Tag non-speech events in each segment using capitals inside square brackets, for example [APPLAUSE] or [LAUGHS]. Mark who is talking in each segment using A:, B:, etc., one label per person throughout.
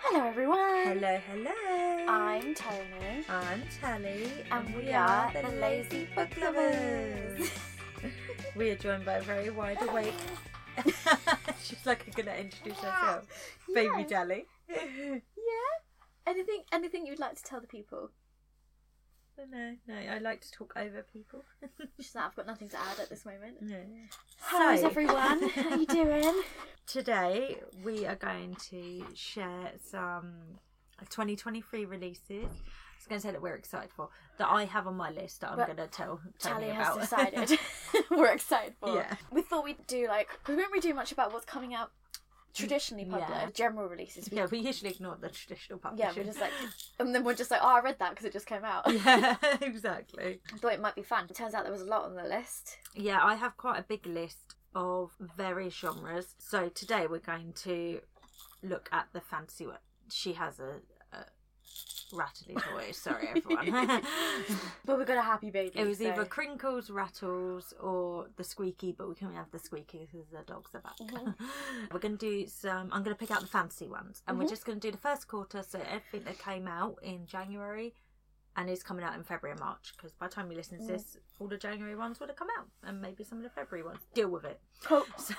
A: Hello, everyone.
B: Hello, hello.
A: I'm Tony,
B: I'm Tally,
A: Um, and we are the Lazy Book [LAUGHS] Lovers.
B: we are joined by a very wide awake. [LAUGHS] She's like, I'm gonna
A: [LAUGHS]
B: introduce herself, baby
A: Yeah.
B: Tally. no,
A: Yeah. Anything? Anything you'd like to tell the people?
B: no, I like to talk over people.
A: She's like, I've got nothing to add at this moment.
B: no.
A: Mm. How is
B: So-
A: everyone? [LAUGHS] How you doing?
B: [LAUGHS] Today we are going to share some 2023 releases. I was going to say that we're excited for that I have on my list that I'm
A: But
B: going to tell Tally,
A: Tally has [LAUGHS]
B: about. [LAUGHS]
A: decided. We're excited for.
B: Yeah.
A: We thought we'd do like we won't really do much about what's coming out traditionally, Pablo.
B: Yeah.
A: General releases. We,
B: yeah, we usually ignore the traditional
A: yeah.
B: publishing.
A: We're just like, and then we're just like, oh, I read that because it just came out.
B: [LAUGHS]
A: [LAUGHS]
B: yeah, exactly.
A: I thought it might be fun. It turns out there was a lot on the list.
B: Yeah, I have quite a big list of various genres. So today we're going to look at the fantasy world. She has a, a rattly toy. Sorry, everyone. [LAUGHS]
A: But we got a happy baby.
B: it was
A: so-
B: either crinkles, rattles, or the squeaky, but we can have the squeaky because the dogs are back.
A: Mm-hmm.
B: [LAUGHS] we're going to do some. I'm going to pick out the fantasy ones, and
A: Mhm.
B: we're just going to do the first quarter. So everything that came out in January. And is coming out in February and March because by the time you listen to
A: Mm.
B: this, all the January ones would have come out, and maybe some of the February ones. Deal with it. [LAUGHS]
A: Cool.
B: So,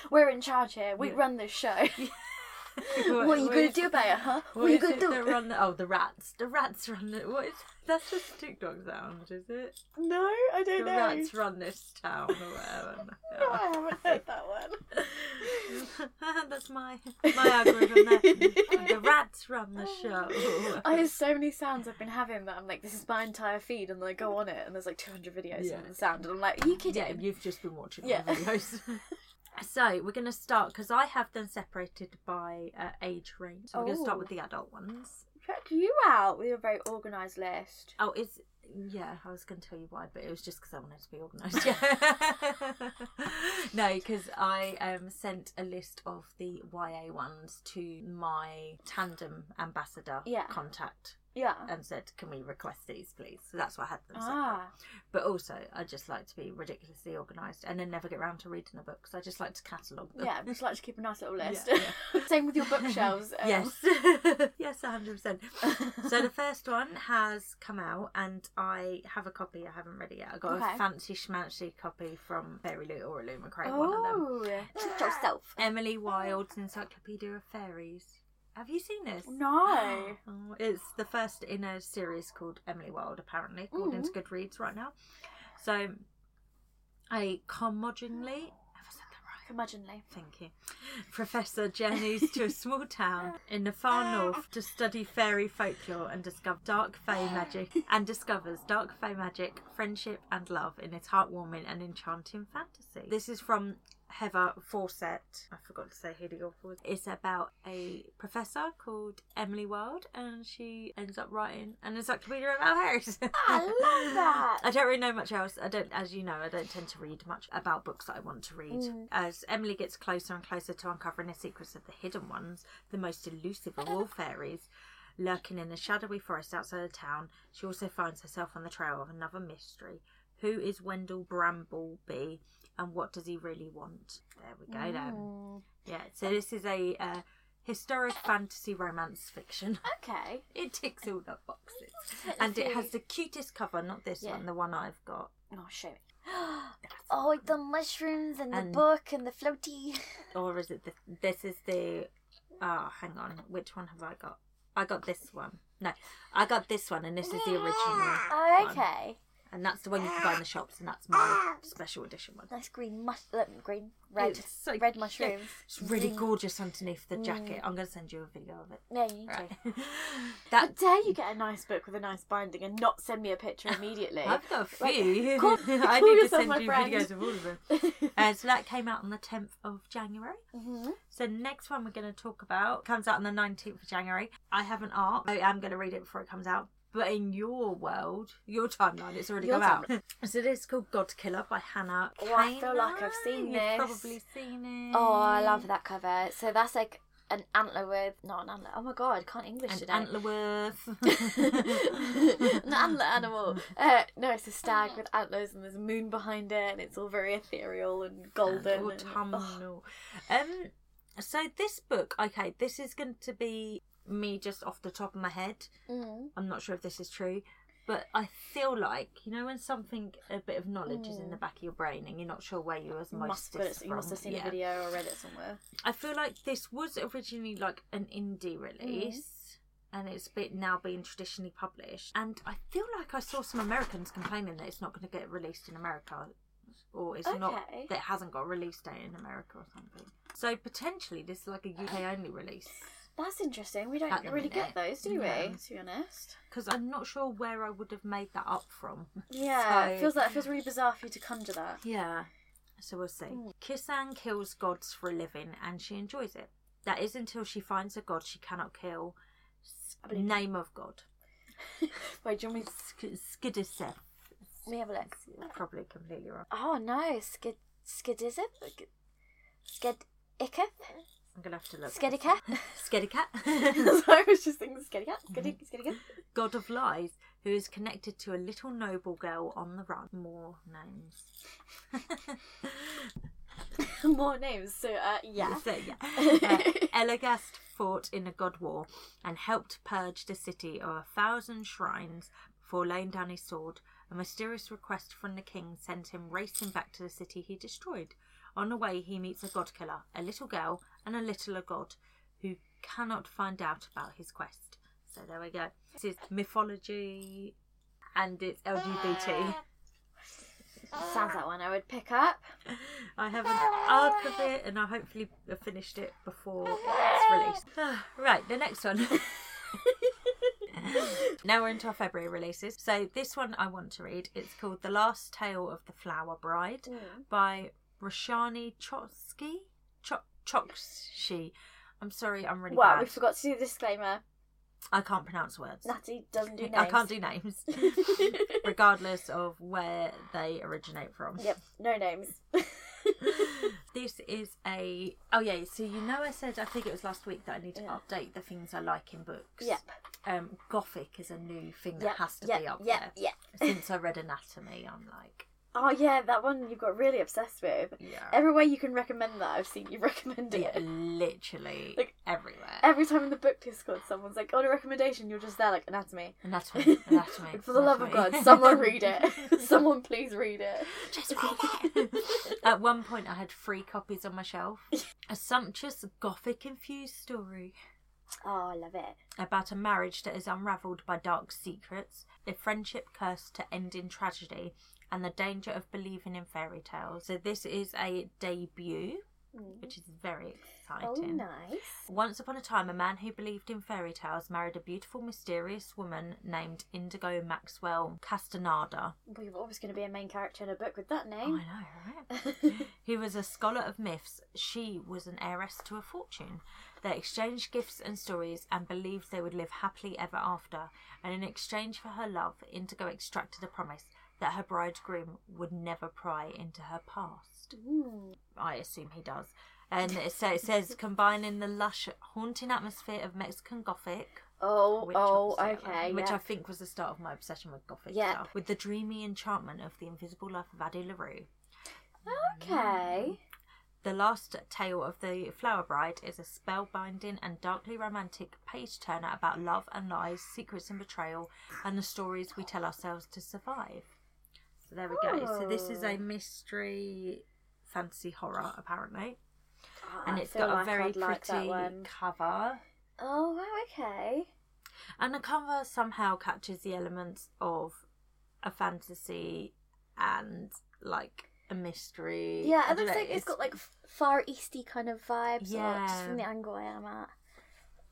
A: [LAUGHS] We're in charge here. We
B: Yeah.
A: run this show.
B: [LAUGHS]
A: What are you going to do about it, huh? What, are you going to
B: They
A: do?
B: run the, oh, the rats. The rats run the. What is, that's just a TikTok sound, is it?
A: [LAUGHS] No, I
B: The
A: don't
B: rats run this town
A: [LAUGHS]
B: or whatever.
A: No, I haven't heard that one.
B: [LAUGHS] that's my my algorithm there.
A: [LAUGHS]
B: the rats run [LAUGHS] the show.
A: I have so many sounds I've been having that I'm like, this is my entire feed, and then I go on it, and there's like 200 videos
B: Yeah.
A: on the sound, and I'm like, are you
B: yeah,
A: kidding?
B: you've just been watching
A: Yeah. [LAUGHS]
B: yeah. videos. so we're going to start because I have them separated by uh, age range. So we're going to
A: Oh.
B: start with the adult ones.
A: Check you out with a very organised list.
B: Oh, it's yeah. I was going to tell you why, but it was just because I wanted to
A: [LAUGHS]
B: be organised. Yeah. [LAUGHS] no, because I um, sent a list of the YA ones to my tandem ambassador
A: Yeah.
B: contact
A: Yeah.
B: and said, "Can we request these, please?" So that's why I had them. separate.
A: Ah.
B: But also, I just like to be ridiculously organised and then never get round to reading a book. So I just like to catalogue them.
A: Yeah, just like to keep a nice little
B: Yeah,
A: list.
B: yeah.
A: [LAUGHS] Same with your bookshelves. um,
B: [LAUGHS] yes. [LAUGHS] yes, hundred percent. [LAUGHS]
A: [LAUGHS]
B: So the first one has come out, and I have a copy. I haven't read it yet. I got
A: Okay.
B: a fancy schmancy copy from Fairy Loot or Lou McCray, one of them.
A: Oh, treat yourself.
B: Emily Wilde's Encyclopedia of Fairies. Have you seen this? [SIGHS]
A: No.
B: [GASPS] Oh, it's the first in a series called Emily Wilde, apparently, according to Goodreads right now. So, I curmudgeonly. Have I said that right?
A: Curmudgeonly.
B: Thank you. Professor journeys to a small town in the far north to study fairy folklore and discover dark fey magic and discovers dark fey magic, friendship and love in its heartwarming and enchanting fantasy. This is from Heather Fawcett. I forgot to say who the author was. It's about a professor called Emily Wilde and she ends up writing an encyclopedia about fairies. [LAUGHS]
A: I love that.
B: I don't really know much else. I don't, as you know, I don't tend to read much about books that I want to read.
A: Mm.
B: As Emily gets closer and closer to uncovering the secrets of the hidden ones, the most elusive
A: [LAUGHS]
B: of all fairies, lurking in the shadowy forest outside of town, she also finds herself on the trail of another mystery. Who is Wendell Brambleby, and what does he really want? There we go. Then,
A: Mm.
B: yeah. So this is a uh, historic fantasy romance fiction. [LAUGHS]
A: Okay.
B: It ticks all the boxes.
A: [LAUGHS]
B: And it has the cutest cover, not this
A: Yeah.
B: one, the one I've got.
A: Oh, show me. [GASPS] oh, like the mushrooms and,
B: And-
A: the book and the
B: [LAUGHS]
A: floaty.
B: Or is it the, this is the. Oh, hang on. Which one have I got? I got this one. No, I got this one, and this is the original.
A: Oh,
B: Fun.
A: okay.
B: And that's the one you can buy in the shops, and that's my special edition one.
A: Nice green mush, uh, green, Ah. red,
B: It's so
A: red
B: cute.
A: mushrooms.
B: It's really
A: Zing. Mm.
B: gorgeous underneath the jacket. I'm going to send you a video of it.
A: No, you need
B: Right. [LAUGHS]
A: to. How
B: that,
A: dare you get a nice book with a nice binding and not send me a
B: [LAUGHS]
A: picture immediately?
B: I've got a
A: Like,
B: few. [LAUGHS]
A: call- call
B: I need to
A: yourself
B: send
A: my
B: you
A: friend.
B: videos of all of them.
A: [LAUGHS]
B: Uh, so that came out on the 10th of January.
A: hmm
B: So next one we're going to talk about comes out on the 19th of January. I have an art. I am going to read it before it comes out. But in your world, your timeline, it's already
A: Your
B: come out. [LAUGHS] so this is called God Killer by Hannah.
A: Oh, I feel like I've
B: Kainer.
A: seen
B: You've
A: this.
B: Probably seen it.
A: Oh, I love that cover. So that's like an antler with not an antler. Oh my god, I can't English
B: And
A: today. [LAUGHS]
B: Antlerworth. [LAUGHS]
A: an antler animal. Uh, no, it's a stag with antlers and there's a moon behind it and it's all very ethereal and golden.
B: And
A: and-
B: autumnal. Um, So this book, okay, this is going to be me just off the top of my head.
A: Mm.
B: I'm not sure if this is true, but I feel like you know when something a bit of knowledge is in the back of your brain and you're not sure where you was
A: Must,
B: most
A: but it's, Mm. you must have
B: from.
A: seen
B: Yeah.
A: a video or read it somewhere.
B: I feel like this was originally like an indie release. And it's bit now being traditionally published, and I feel like I saw some Americans complaining that it's not going to get released in America, or it's not
A: Okay.
B: that it hasn't got a release date in America or something. So potentially this is like a UK only release
A: That's interesting. We
B: At
A: don't
B: the
A: really get
B: minute.
A: those, do we?
B: No.
A: To be honest.
B: because I'm not sure where I would have made that up from.
A: [LAUGHS] Yeah,
B: So-
A: it feels like it feels really bizarre for you to conjure that.
B: Yeah. So we'll see.
A: Hmm.
B: Kisan kills gods for a living and she enjoys it. That is until she finds a god she cannot kill. S-
A: I believe-
B: Name of god.
A: Wait, do you want me?
B: Sk- Skidiseth.
A: Let me have a look.
B: Probably completely wrong.
A: Oh no, skid skidizip, skid iketh,
B: I'm going to have to look.
A: skedicat. [LAUGHS]
B: Skedicat.
A: so I was just thinking skedicat, skedig, skedicat.
B: [LAUGHS] god of lies, who is connected to a little noble girl on the run. More [LAUGHS] names.
A: More names. So uh, yeah.
B: So, yeah. Uh, Elagast fought in a god war and helped purge the city of a thousand shrines before laying down his sword. A mysterious request from the king sent him racing back to the city he destroyed. On the way, he meets a god killer, a little girl, and a littler god who cannot find out about his quest. So there we go. This is mythology and it's LGBT.
A: Sounds like one I would pick [LAUGHS] up.
B: I have an arc of it, and I hopefully have finished it before it's released. [SIGHS] right, the next one. [LAUGHS] now we're into our February releases. So this one I want to read. It's called The Last Tale of the Flower Bride by Roshani Chotsky. Cho- Chokshi. I'm sorry, I'm really
A: Wow, we
B: bad.
A: forgot to do the disclaimer.
B: I can't pronounce words.
A: Natty doesn't do names.
B: [LAUGHS] I can't do names,
A: [LAUGHS]
B: regardless of where they originate from.
A: Yep, no
B: [LAUGHS]
A: names.
B: this is a oh yeah so you know i said i think it was last week that i need to
A: Yeah.
B: update the things i like in books
A: Yep.
B: um gothic is a new thing that
A: Yep.
B: has to
A: yep.
B: be up
A: yep.
B: there
A: Yep. [LAUGHS]
B: since i read anatomy i'm like
A: Oh yeah, that one you got really obsessed with.
B: yeah
A: Everywhere you can recommend that, I've seen you [LAUGHS] recommend it.
B: Yeah, literally
A: Like,
B: everywhere
A: Every time in the book Discord, someone's like, "On a recommendation," you're just there like anatomy.
B: anatomy anatomy
A: [LAUGHS] For the love of
B: anatomy.
A: God, someone read it. someone please read it.
B: [LAUGHS] Just read it. [LAUGHS] At one point, I had three copies on my shelf.
A: [LAUGHS]
B: A sumptuous gothic infused story
A: Oh, I love it.
B: about a marriage that is unravelled by dark secrets, a friendship cursed to end in tragedy, and the danger of believing in fairy tales. So, this is a debut, which is very
A: Mm. Oh,
B: exciting.
A: nice.
B: Once upon a time, a man who believed in fairy tales married a beautiful, mysterious woman named Indigo Maxwell Castanada.
A: We were always going to be a main character in a book with that
B: I know,
A: name.
B: right? [LAUGHS] who was a scholar of myths, she was an heiress to a fortune. They exchanged gifts and stories and believed they would live happily ever after. And in exchange for her love, Indigo extracted a promise that her bridegroom would never pry into her past.
A: Mm.
B: I assume he does. And it sa- it says combining the lush, haunting atmosphere of Mexican Gothic
A: Oh,
B: which
A: oh,
B: obviously I
A: okay.
B: love, which
A: yeah.
B: I think was the start of my obsession with gothic
A: Yeah.
B: stuff, with the dreamy enchantment of the invisible life of Addie LaRue. Mm.
A: Okay.
B: The last tale of the Flower Bride is a spellbinding and darkly romantic page turner about love and lies, secrets and betrayal, and the stories we tell ourselves to survive. So there we go. So this is
A: Oh.
B: a mystery, fantasy horror apparently,
A: Oh,
B: and
A: I
B: it's
A: feel
B: got a
A: like
B: very
A: I'd like that
B: pretty
A: one.
B: cover.
A: Oh wow, okay.
B: And the cover somehow catches the elements of a fantasy and like a mystery.
A: Yeah,
B: I
A: it
B: don't
A: looks
B: know,
A: like it's got like f- far easty kind of vibes. or just
B: Yeah.
A: from the angle I am at.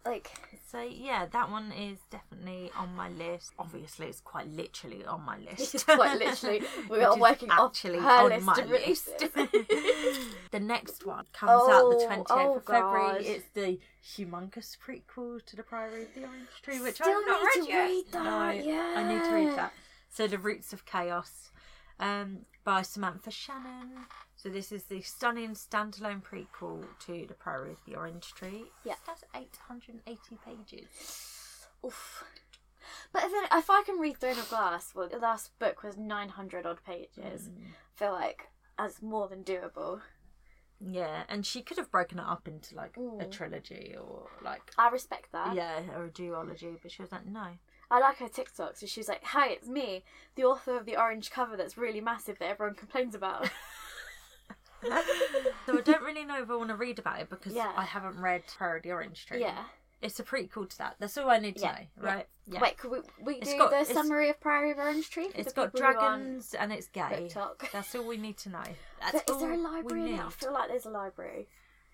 A: Like,
B: So yeah, that one is definitely on my list. Obviously, it's quite literally on my
A: [LAUGHS]
B: list.
A: It's quite
B: [LAUGHS]
A: literally- we
B: Which
A: are
B: is
A: working off
B: actually
A: her
B: on
A: list
B: my
A: of
B: list.
A: releases.
B: [LAUGHS] the next one comes out the
A: Oh,
B: twentieth
A: oh
B: of February.
A: God.
B: It's the humongous prequel to the Priory of the Orange Tree, which
A: Still
B: I've not
A: need
B: read
A: to
B: yet.
A: read that,
B: No, I need to
A: yeah.
B: read that. So the Roots of Chaos, um, by Samantha Shannon. So this is the stunning standalone prequel to the Priory of the Orange Tree.
A: Yeah.
B: that's eight hundred and eighty pages.
A: oof. But then, if I can read Throne of Glass, well, the last
B: Mm.
A: book was 900 odd pages. I feel like that's more than doable.
B: Yeah, and she could have broken it up into like a
A: Mm.
B: trilogy or like
A: I respect that.
B: yeah, or a duology, but she was like, no.
A: I like her TikTok. So she's like, "Hi, it's me, the author of the orange cover that's really massive that everyone complains
B: [LAUGHS]
A: about."
B: so I don't really know if I want to read about it because
A: Yeah.
B: I haven't read her the Orange Tree.
A: yeah.
B: it's a prequel to that. That's all I need to
A: Yeah,
B: know,
A: yeah.
B: right? Yeah,
A: Wait, could we we
B: It's
A: do
B: got-
A: the
B: it's-
A: summary of Priory of Orange Tree?
B: it's
A: It's
B: got dragons and it's gay.
A: TikTok.
B: That's all we need to
A: [LAUGHS]
B: know.
A: Is
B: That's
A: there-
B: all
A: is there a
B: we
A: library? In it? I
B: need.
A: feel like there's a library.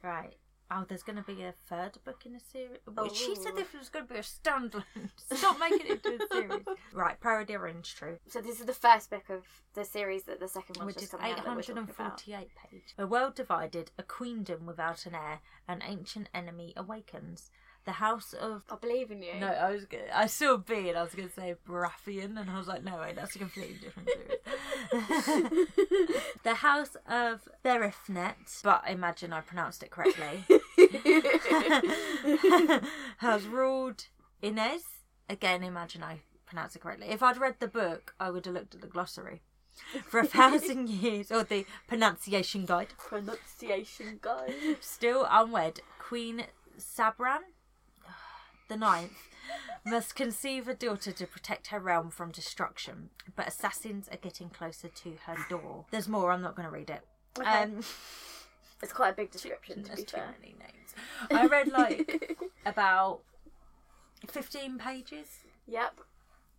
B: Right. Oh, there's going to be a third book in a series. Well, She
A: Oh,
B: said
A: Ooh.
B: this was going to be a standalone. [LAUGHS] Stop making it into
A: [LAUGHS]
B: a series. Right, Parody Orange Tree,
A: So this is the first book of the series that the second one's
B: which
A: just
B: is
A: coming out that we're talking about.
B: 848 page. A world divided, a queendom without an heir, an ancient enemy awakens. The house of.
A: I believe in you.
B: No, I was gonna, I saw B and I was going to say Baratheon, and I was like, no, wait, that's a completely different series. [LAUGHS] the house of Berifnet, but I imagine I pronounced it [LAUGHS] correctly. [LAUGHS] has ruled Inez. Again, imagine I pronounced it correctly. If I'd read the book, I would have looked at the glossary for a thousand [LAUGHS] years, or the pronunciation guide.
A: [LAUGHS] Pronunciation guy.
B: Still unwed, Queen Sabran [SIGHS] the Ninth must conceive a daughter to protect her realm from destruction, but assassins are getting closer to her door. There's more. I'm not going to read it. Um,
A: It's quite a big description to
B: [LAUGHS] there's
A: be
B: too
A: fair.
B: many names. I read like
A: [LAUGHS]
B: about 15 pages.
A: yep,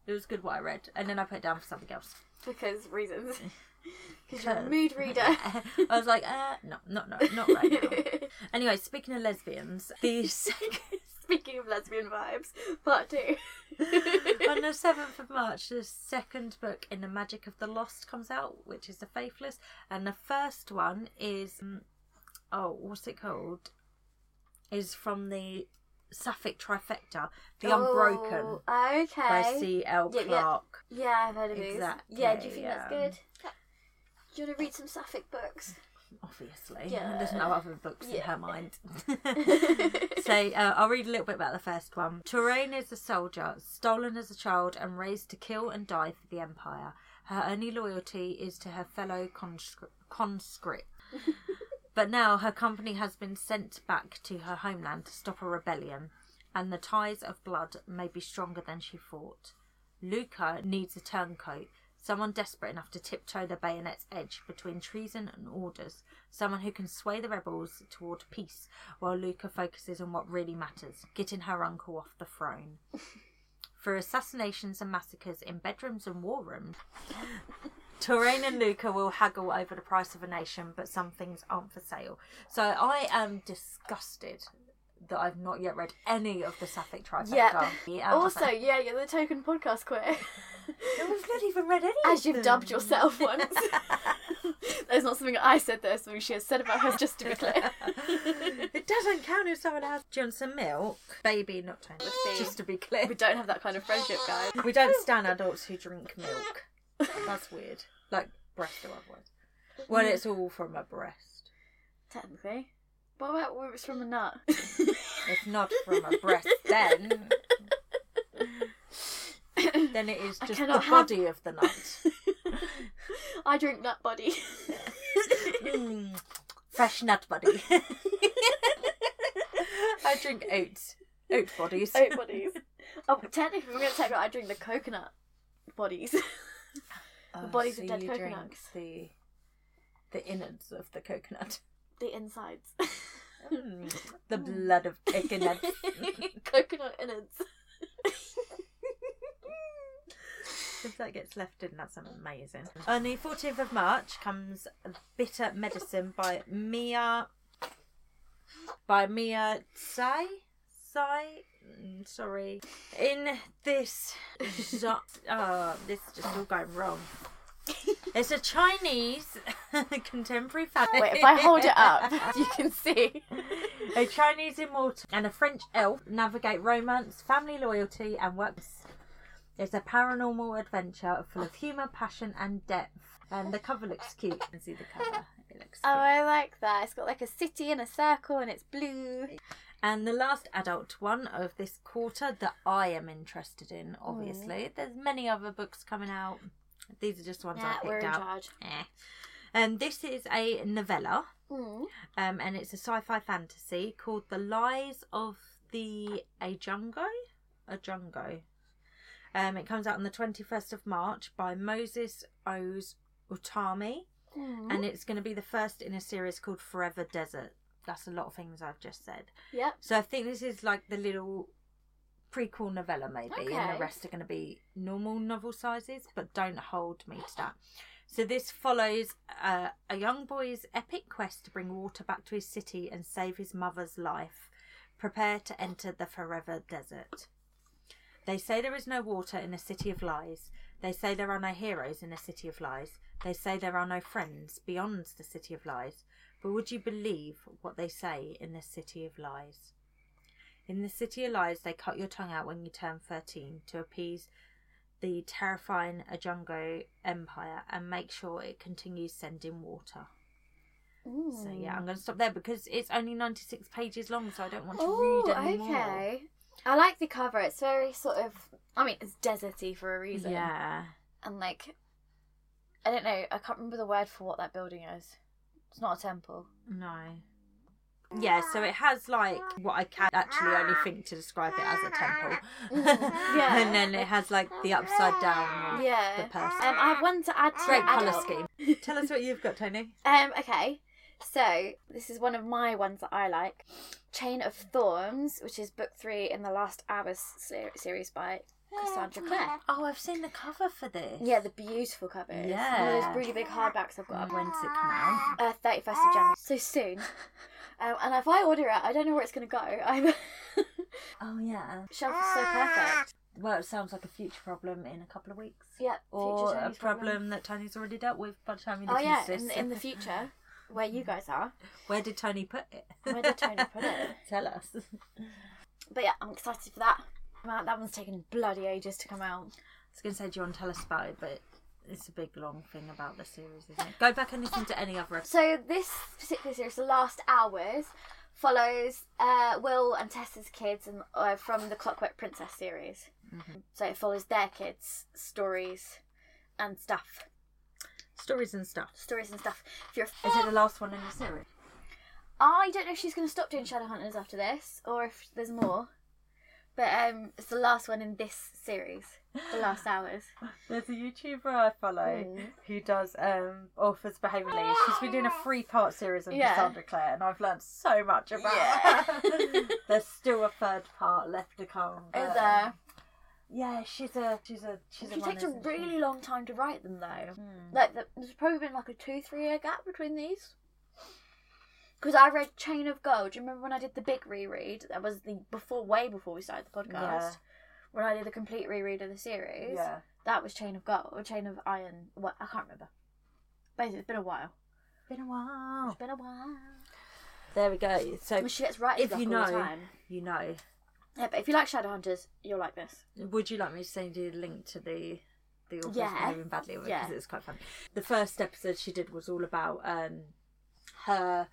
B: It was good what I read, and then I put it down for something else. [LAUGHS]
A: because reasons. [LAUGHS] Because you're a
B: Because-
A: mood
B: [LAUGHS]
A: reader.
B: I was like, uh, no, no, no, not right now.
A: [LAUGHS]
B: anyway, speaking of lesbians, the second,
A: Speaking of lesbian vibes, part two.
B: [LAUGHS] on [LAUGHS] the seventh of March, the second book in the Magic of the Lost comes out, which is the Faithless, and the first one is, mm, oh, what's it called? Is from the Sapphic Trifecta, The Unbroken
A: Oh, okay.
B: by C. L.
A: Yep,
B: Clarke.
A: yep. Yeah, I've heard of these. Yeah, do
B: Exactly,
A: you think
B: yeah.
A: that's good? Do you want to read some sapphic books?
B: obviously.
A: Yeah.
B: There's no other books in
A: Yeah. [LAUGHS]
B: her mind. so uh, I'll read a little bit about the first one. Touraine is a soldier, stolen as a child and raised to kill and die for the Empire. Her only loyalty is to her fellow conscri-
A: [LAUGHS]
B: conscript. but now her company has been sent back to her homeland to stop a rebellion, and the ties of blood may be stronger than she thought. Luca needs a turncoat, someone desperate enough to tiptoe the bayonet's edge between treason and orders, someone who can sway the rebels toward peace while Luca focuses on what really matters getting her uncle off the throne.
A: [LAUGHS]
B: For assassinations and massacres in bedrooms and war rooms, Touraine and Luca will haggle over the price of a nation, but some things aren't for sale. So I am disgusted that I've not yet read any of the Sapphic Trifecta.
A: Yeah.
B: Yeah,
A: also, yeah, you're the token podcast queer. [LAUGHS]
B: We've not even read any.
A: As you've dubbed
B: [LAUGHS]
A: yourself once. [LAUGHS] That's not something I said, that's something she has said about her, just to be
B: [LAUGHS]
A: clear.
B: it doesn't count if someone has Johnson Milk, baby, not tiny.
A: Would be-
B: Just to be clear,
A: we don't have that kind of friendship, guys.
B: we don't stand adults who drink milk. That's weird. Like breast or otherwise. Well, it's all from a breast.
A: Technically. What about when it's from a nut? [LAUGHS]
B: It's not from a breast. Then, then it is
A: I
B: just the
A: cannot have-
B: body of the nut.
A: I drink nut body.
B: Mm, Fresh nut
A: [LAUGHS]
B: body. [LAUGHS] I drink oats. Oat
A: [LAUGHS]
B: bodies.
A: Oat bodies. Oh, technically, we're going to take out I drink the coconut bodies. [LAUGHS]
B: Oh,
A: bodies of dead
B: you drink
A: coconuts.
B: The the innards of
A: [LAUGHS]
B: the coconut.
A: the insides. [LAUGHS]
B: the blood of coconut.
A: coconut innards.
B: if that gets left in, that's amazing. On the 14th of March comes Bitter Medicine by Mia. By Mia Tsai. Tsai. Mm, Sorry. In this. zo- [LAUGHS] oh, this is just all
A: [LAUGHS]
B: going wrong. It's a Chinese [LAUGHS] contemporary family.
A: Wait, if I hold it up, [LAUGHS] you can see.
B: A Chinese immortal and a French elf navigate romance, family loyalty, and works. It's a paranormal adventure full of humour, passion, and depth. And the cover looks cute. You can see the cover. It looks
A: Oh,
B: cute.
A: I like that. It's got like a city and a circle and it's blue.
B: And the last adult one of this quarter that I am interested in, obviously. There's many other books coming out. These are just ones
A: Oh. Yeah,
B: I Eh.
A: we're
B: picked
A: in
B: out.
A: charge.
B: Eh. And this is a novella
A: Mm.
B: um, and it's a sci-fi fantasy called The Lies of the A Jungo. A Jungo. Um, it comes out on the 21st of March by Moses O's Utami,
A: Mm.
B: and it's going to be the first in a series called Forever Desert. That's a lot of things I've just said.
A: yep.
B: So I think this is like the little prequel novella, maybe, and
A: Okay.
B: the rest are going to be normal novel sizes, but don't hold me to that. So this follows uh, a young boy's epic quest to bring water back to his city and save his mother's life. Prepare to enter the forever desert. They say there is no water in a city of lies. They say there are no heroes in a city of lies. They say there are no friends beyond the city of lies. But would you believe what they say in the city of lies? In the city of lies, they cut your tongue out when you turn 13 to appease the terrifying Ajungo empire and make sure it continues sending water.
A: Mm.
B: So, yeah, I'm going to stop there because it's only 96 pages long, so I don't want to
A: Oh,
B: read anymore.
A: okay. I like the cover. It's very sort of. I mean, it's deserty for a reason.
B: Yeah.
A: And like, I don't know. I can't remember the word for what that building is. It's not a temple.
B: No. Yeah, so it has like what I can actually only think to describe it as a
A: [LAUGHS]
B: temple. [LAUGHS]
A: Mhm. Yeah.
B: and then it has like the upside down of
A: Yeah.
B: the person.
A: Um, I have one to add to
B: Great colour
A: adult.
B: scheme.
A: [LAUGHS]
B: Tell us what you've got, Tony.
A: Um, okay. So this is one of my ones that I like, Chain of Thorns, which is book three in the Last Hours ser- series by Cassandra Clare.
B: Oh, I've seen the cover for this.
A: Yeah, the beautiful cover. It's One of
B: Yeah.
A: those really big hardbacks I've got. up.
B: When's it come out?
A: Uh, 31st of January. So [LAUGHS] soon. Um, and if I order it, I don't know where it's going to go. I'm [LAUGHS]
B: Oh, yeah.
A: Shelf is so perfect.
B: Well, it sounds like a future problem in a couple of weeks.
A: Yeah.
B: Or
A: future
B: a
A: Chinese
B: problem that Tony's already dealt with by the time you
A: Oh
B: listen
A: yeah,
B: to this.
A: in, in the future, where you guys are.
B: [LAUGHS] Where did Tony put it?
A: [LAUGHS] Where did Tony put [LAUGHS] it?
B: [LAUGHS] Tell us.
A: But yeah, I'm excited for that. Wow, that one's taken bloody ages to come out.
B: I was going to say, do you want to tell us about it? But it's a big, long thing about the series, isn't it? Go back and listen to any other episode.
A: So this particular series, The Last Hours, follows uh, Will and Tessa's kids and, uh, from the Clockwork Princess series. So it follows their kids' stories and stuff.
B: Stories and stuff.
A: Stories and stuff. If you're,
B: Is it the last one in the series?
A: I don't know if she's going to stop doing Shadowhunters after this, or if there's more. But um, it's the last one in this series, The [LAUGHS] Last Hours.
B: There's a YouTuber I follow
A: Mm.
B: who does um authors behaviourally. She's been doing a three part series on
A: Oh, Yeah.
B: Cassandra Clare, and I've learned so much about her.
A: [LAUGHS]
B: There's still a third part left to come. but- um,
A: Is there?
B: Yeah, she's a she's a she's
A: She
B: a. one,
A: takes a
B: isn't she?
A: really long time to write them, though.
B: Hmm.
A: Like the, there's probably been like a two three year gap between these. Because I read Chain of Gold. Do you remember when I did the big reread? That was the before, way before we started the podcast.
B: Yeah.
A: When I did the complete reread of the series,
B: Yeah.
A: that was Chain of Gold or Chain of Iron. What I can't remember. Basically, it's been a while.
B: Been a while.
A: It's been a while.
B: There we go. So
A: And she gets writing
B: If
A: block
B: you
A: all the
B: know.
A: time.
B: you know,
A: Yeah, but if you like Shadowhunters, you'll like this.
B: would you like me to send you the link to the the authors
A: Yeah.
B: behaving badly because
A: Yeah.
B: it's quite fun. The first episode she did was all about um her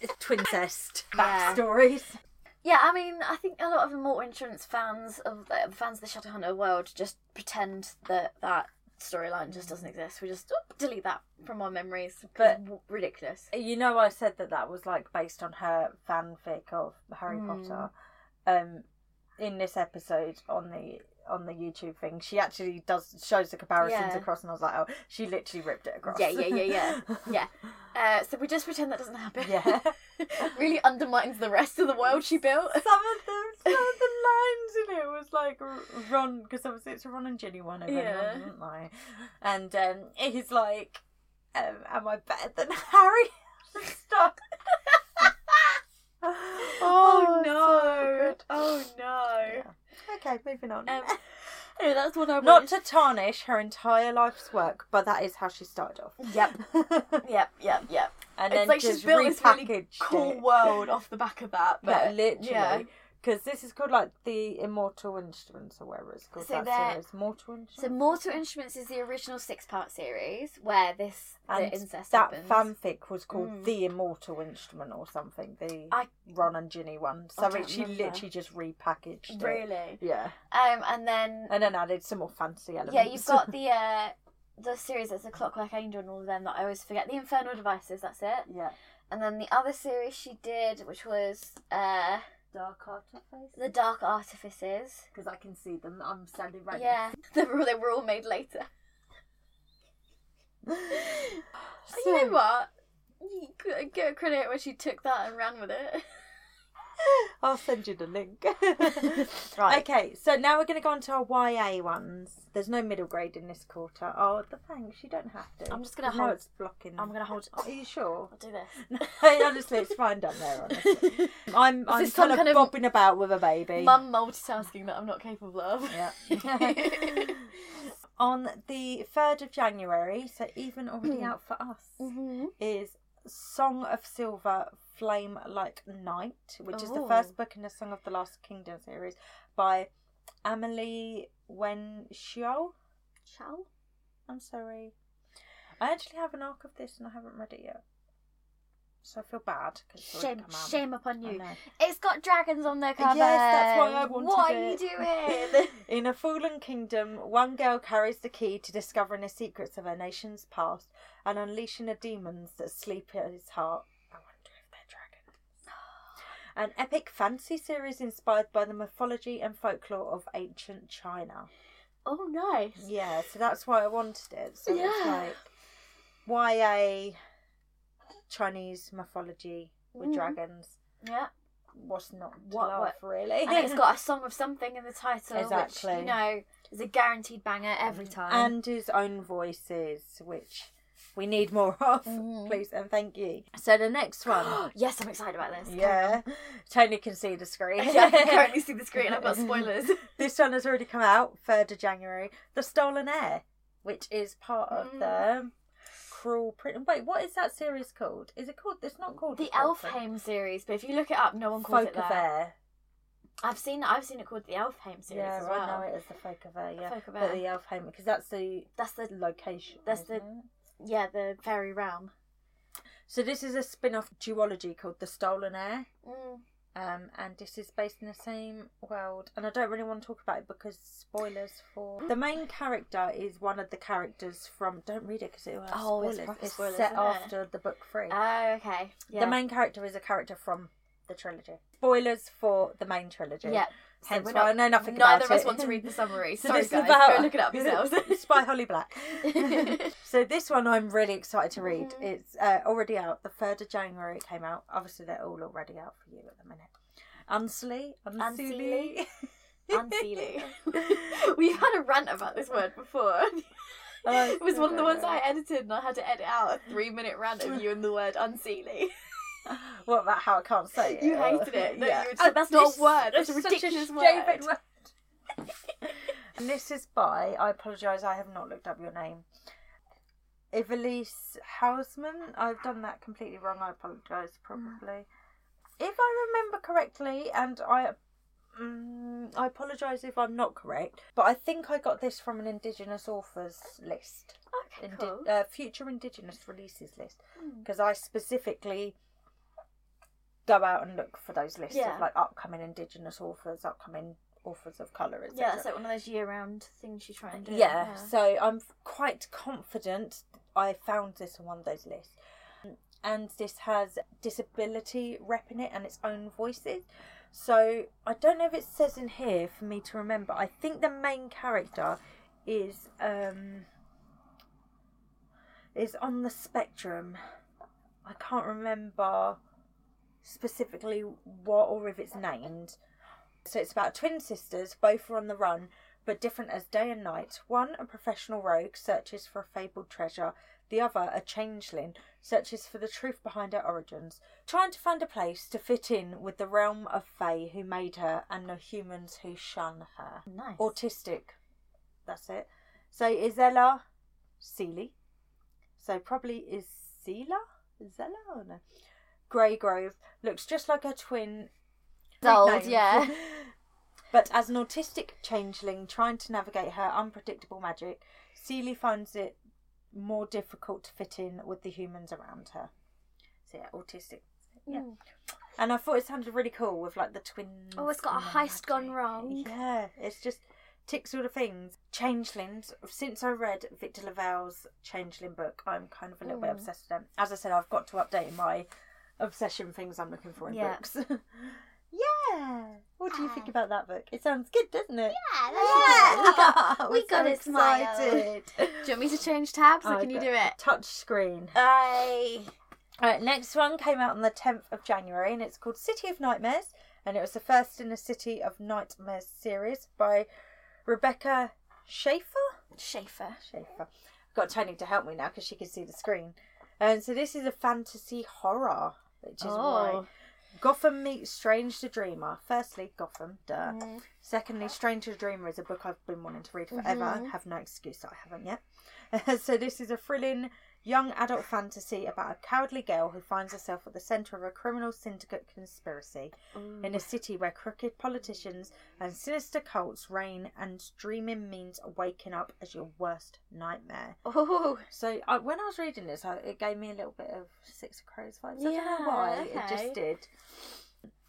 B: it, twincest
A: [LAUGHS] Yeah.
B: backstories.
A: Yeah, I mean, I think a lot of Immortal Insurance fans of the fans of the Shadowhunter world just pretend that that storyline just doesn't exist. We just oop, delete that from our memories. But
B: But-
A: ridiculous.
B: You know, I said that that was like based on her fanfic of Harry
A: Mm.
B: Potter. Um, in this episode on the on the YouTube thing, she actually does shows the comparisons
A: Yeah.
B: across, and I was like, oh, she literally ripped it across.
A: Yeah, yeah, yeah,
B: [LAUGHS]
A: Yeah. Uh, so we just pretend that doesn't happen.
B: yeah.
A: [LAUGHS] really undermines the rest of the world she built. [LAUGHS]
B: some of the some of the lines in it was like R- Ron because obviously it's a Ron and Ginny one. Everyone
A: Yeah.
B: doesn't know. And um, he's like, um, "Am I better than [LAUGHS] Harry?"
A: [LAUGHS]
B: Stop.
A: Oh,
B: oh,
A: no!
B: so
A: oh no!
B: good. Okay, moving on. [LAUGHS]
A: Um, anyway, that's what I
B: Not
A: wanted-
B: to tarnish her entire life's work, but that is how she started off.
A: [LAUGHS]
B: [LAUGHS]
A: Yep. Yep. Yep. Yep.
B: and
A: It's
B: then
A: like she's
B: just
A: built this really
B: repackaged
A: Cool
B: it.
A: world off the back of that, but
B: Yeah,
A: yeah.
B: literally. Because this is called like the Immortal Instruments or whatever it's called.
A: So
B: that
A: they're-
B: series. Mortal Instruments.
A: So Mortal Instruments is the original six part series where this
B: And
A: the incest
B: that
A: happens.
B: fanfic was called
A: Mm.
B: The Immortal Instrument or something. The
A: I-
B: Ron and Ginny one. So
A: don't
B: it, she
A: remember.
B: literally just repackaged it.
A: really.
B: Yeah.
A: Um, and then
B: And then added some more fancy elements. [LAUGHS]
A: yeah, you've got the uh, the series that's a Clockwork Angel and all of them that I always forget. The Infernal Devices, that's it.
C: Yeah.
A: And then the other series she did, which was uh,
C: Dark Artifice.
A: The Dark Artifices.
C: Because I can see them. I'm standing right
A: Yeah, [LAUGHS] they were, they were all made later.
B: [LAUGHS] Oh,
C: next to
A: you know
C: them.
A: what? You g- Give her credit when she took that and ran with it.
B: I'll send you the [LAUGHS] link.
A: Right.
B: Okay, so now we're going to go on to our YA ones. There's no middle grade in this quarter. Oh, the thanks. You don't have to.
A: I'm just gonna
B: I know
A: hold-
B: it's blocking.
A: I'm gonna hold.
B: Are you sure?
A: I'll do this.
B: [LAUGHS] Honestly, it's fine down there. Honestly.
A: [LAUGHS]
B: I'm I'm
A: this
B: kind
A: some
B: of,
A: kind of-
B: bobbing about with a baby.
A: Mum multitasking that I'm not capable of. [LAUGHS]
B: Yeah. [LAUGHS] on the third of January, so even
A: Hmm.
B: already out for us,
A: Mm-hmm.
B: is Song of Silver, Flame Like Night, which is the
A: Ooh.
B: first book in the Song of the Last Kingdom series by Amelie Wen Xiao.
A: Shall?
B: I'm sorry. I actually have an arc of this and I haven't read it yet. So I feel bad because it's already
A: Shame,
B: come out.
A: shame upon
B: I
A: you.
B: know.
A: It's got dragons on their cover.
B: that's why I wanted
A: What are
B: it.
A: you doing?
B: [LAUGHS] In a fallen kingdom, one girl carries the key to discovering the secrets of her nation's past and unleashing the demons that sleep at its heart. I wonder if they're dragons.
A: [GASPS]
B: An epic fantasy series inspired by the mythology and folklore of ancient China.
A: oh, nice.
B: Yeah, so that's why I wanted it. So
A: Yeah.
B: it's like YA Chinese mythology with
A: Mm.
B: dragons.
A: Yeah.
B: What's not to
A: What-
B: love,
A: what-
B: really?
A: And it's got a song of something in the title, which
B: Exactly.
A: you know is a guaranteed banger every time.
B: and his own voices, which we need more [LAUGHS] of,
A: Mhm.
B: please and thank you. Mm. So the [GASPS] next one,
A: yes, I'm excited about this.
B: yeah, Tony can see the [LAUGHS] screen.
A: I can currently see the screen.
B: [LAUGHS]
A: I've got spoilers.
B: this one has already come out, third of January. The Stolen Air, which is part of
A: Mm.
B: the Cruel Prince. Wait, what is that series called? Is it called? It's not called
A: The
B: Cruel Prince.
A: Elfheim series, but if you look it up, no one calls
B: Folk
A: it
B: of
A: that.
B: Air.
A: I've seen I've seen it called the Elfheim series
B: Yeah,
A: as well.
B: I know it as the Folk of Air. Yeah,
A: Folk of
B: but
A: Air.
B: the Elfheim because that's the
A: That's the
B: location.
A: That's
B: isn't
A: the-
B: it?
A: yeah the fairy realm.
B: So this is a spin-off duology called The Stolen Air.
A: Mm.
B: Um, and this is based in the same world, and I don't really want to talk about it because spoilers for the main character is one of the characters from. Don't read it because it will have
A: Oh, it's
B: spoilers.
A: proper
B: It's
A: spoilers,
B: set
A: isn't it?
B: after the book three.
A: Oh, okay. Yeah.
B: The main character is a character from the trilogy. Spoilers for the main trilogy.
A: Yeah.
B: Hence
A: we're
B: why I
A: not-
B: know nothing about
A: Neither of us
B: it.
A: want to read the [LAUGHS] summary.
B: So
A: Sorry,
B: this
A: guys.
B: is about
A: Go look [LAUGHS]
B: [LAUGHS]
A: it up yourselves.
B: it's by
A: [LAUGHS]
B: Holly Black. [LAUGHS] so this one I'm really excited to read.
A: Mhm.
B: It's uh, already out. The third of January it came out. Obviously they're all already out for you at the minute. Unsley, [LAUGHS] Unseelie.
A: [LAUGHS] Unseelie. We've had a rant about this word before. [LAUGHS]
B: Oh,
A: it was one of the ones
B: so-
A: I edited, and I had to edit out a three-minute rant of you and the word [LAUGHS] unseelie.
B: What about how I can't say it?
A: You hated it. No,
B: Yeah. Oh,
A: you were just like, that's not a
B: This-
A: word. That's a
B: such
A: ridiculous
B: stupid
A: word.
B: word. [LAUGHS] and this is by. I apologise. I have not looked up your name. Evelise Hausman. I've done that completely wrong. I apologise. Probably, if I remember correctly, and I. Mm, I apologise if I'm not correct, but I think I got this from an Indigenous authors list,
A: Okay,
B: Indi-
A: cool.
B: uh, future Indigenous releases list
A: Hmm.
B: because I specifically go out and look for those lists
A: Yeah.
B: of like upcoming Indigenous authors, upcoming authors of colour, etc.
A: Yeah, that's like one of those year-round things you try and do.
B: yeah, so I'm quite confident I found this on one of those lists. And this has disability rep in it and its own voices. So I don't know if it says in here for me to remember. I think the main character is um is on the spectrum. I can't remember specifically what or if it's named. So it's about twin sisters, both are on the run, but different as day and night. One, a professional rogue, searches for a fabled treasure. The other, a changeling, searches for the truth behind her origins, trying to find a place to fit in with the realm of Fae who made her and the humans who shun her.
A: nice.
B: Autistic. That's it. So Isella Seeley. So probably Isela? Isella? Oh, no. Greygrove looks just like her twin.
A: Dulled,
B: Nicknames.
A: yeah.
B: [LAUGHS]
A: [LAUGHS]
B: but as an autistic changeling trying to navigate her unpredictable magic, Seeley finds it more difficult to fit in with the humans around her. So yeah, autistic. Yeah.
A: Mm.
B: And I thought it sounded really cool with like the twins.
A: Oh, it's got a
B: and the
A: heist gone
B: magic.
A: wrong.
B: Yeah, it's just ticks all the things. Changelings. Since I read Victor Lavalle's Changeling book, I'm kind of a
A: Mm.
B: little bit obsessed with them. As I said, I've got to update my obsession things I'm looking for in
A: Yeah. Ah.
B: books. [LAUGHS] yeah. What do you think about that book? It sounds good, doesn't it?
A: Yeah, that's good. [LAUGHS] We got
B: [LAUGHS] I'm
A: it
B: so
A: smiled. [LAUGHS] Do you want me to change tabs or
B: Oh,
A: can you
B: go-
A: do it?
B: Touch screen.
A: I.
B: All right, Uh, next one came out on the 10th of January and it's called City of Nightmares and it was the first in the City of Nightmares series by Rebecca Schaefer.
A: Schaefer.
B: Schaefer. I've got Tony to help me now because she can see the screen. And so this is a fantasy horror, which is why
A: Oh.
B: Gotham meets Strange the Dreamer. Firstly, Gotham, duh. Secondly, Strange the Dreamer is a book I've been wanting to read forever. Have no excuse that I haven't yet. [LAUGHS] so this is a thrilling young adult fantasy about a cowardly girl who finds herself at the centre of a criminal syndicate conspiracy in a city where crooked politicians and sinister cults reign and dreaming means waking up as your worst nightmare.
A: Oh,
B: So I, when I was reading this, I, it gave me a little bit of Six of Crows vibes. I don't
A: Yeah,
B: know why. It
A: okay.
B: just did.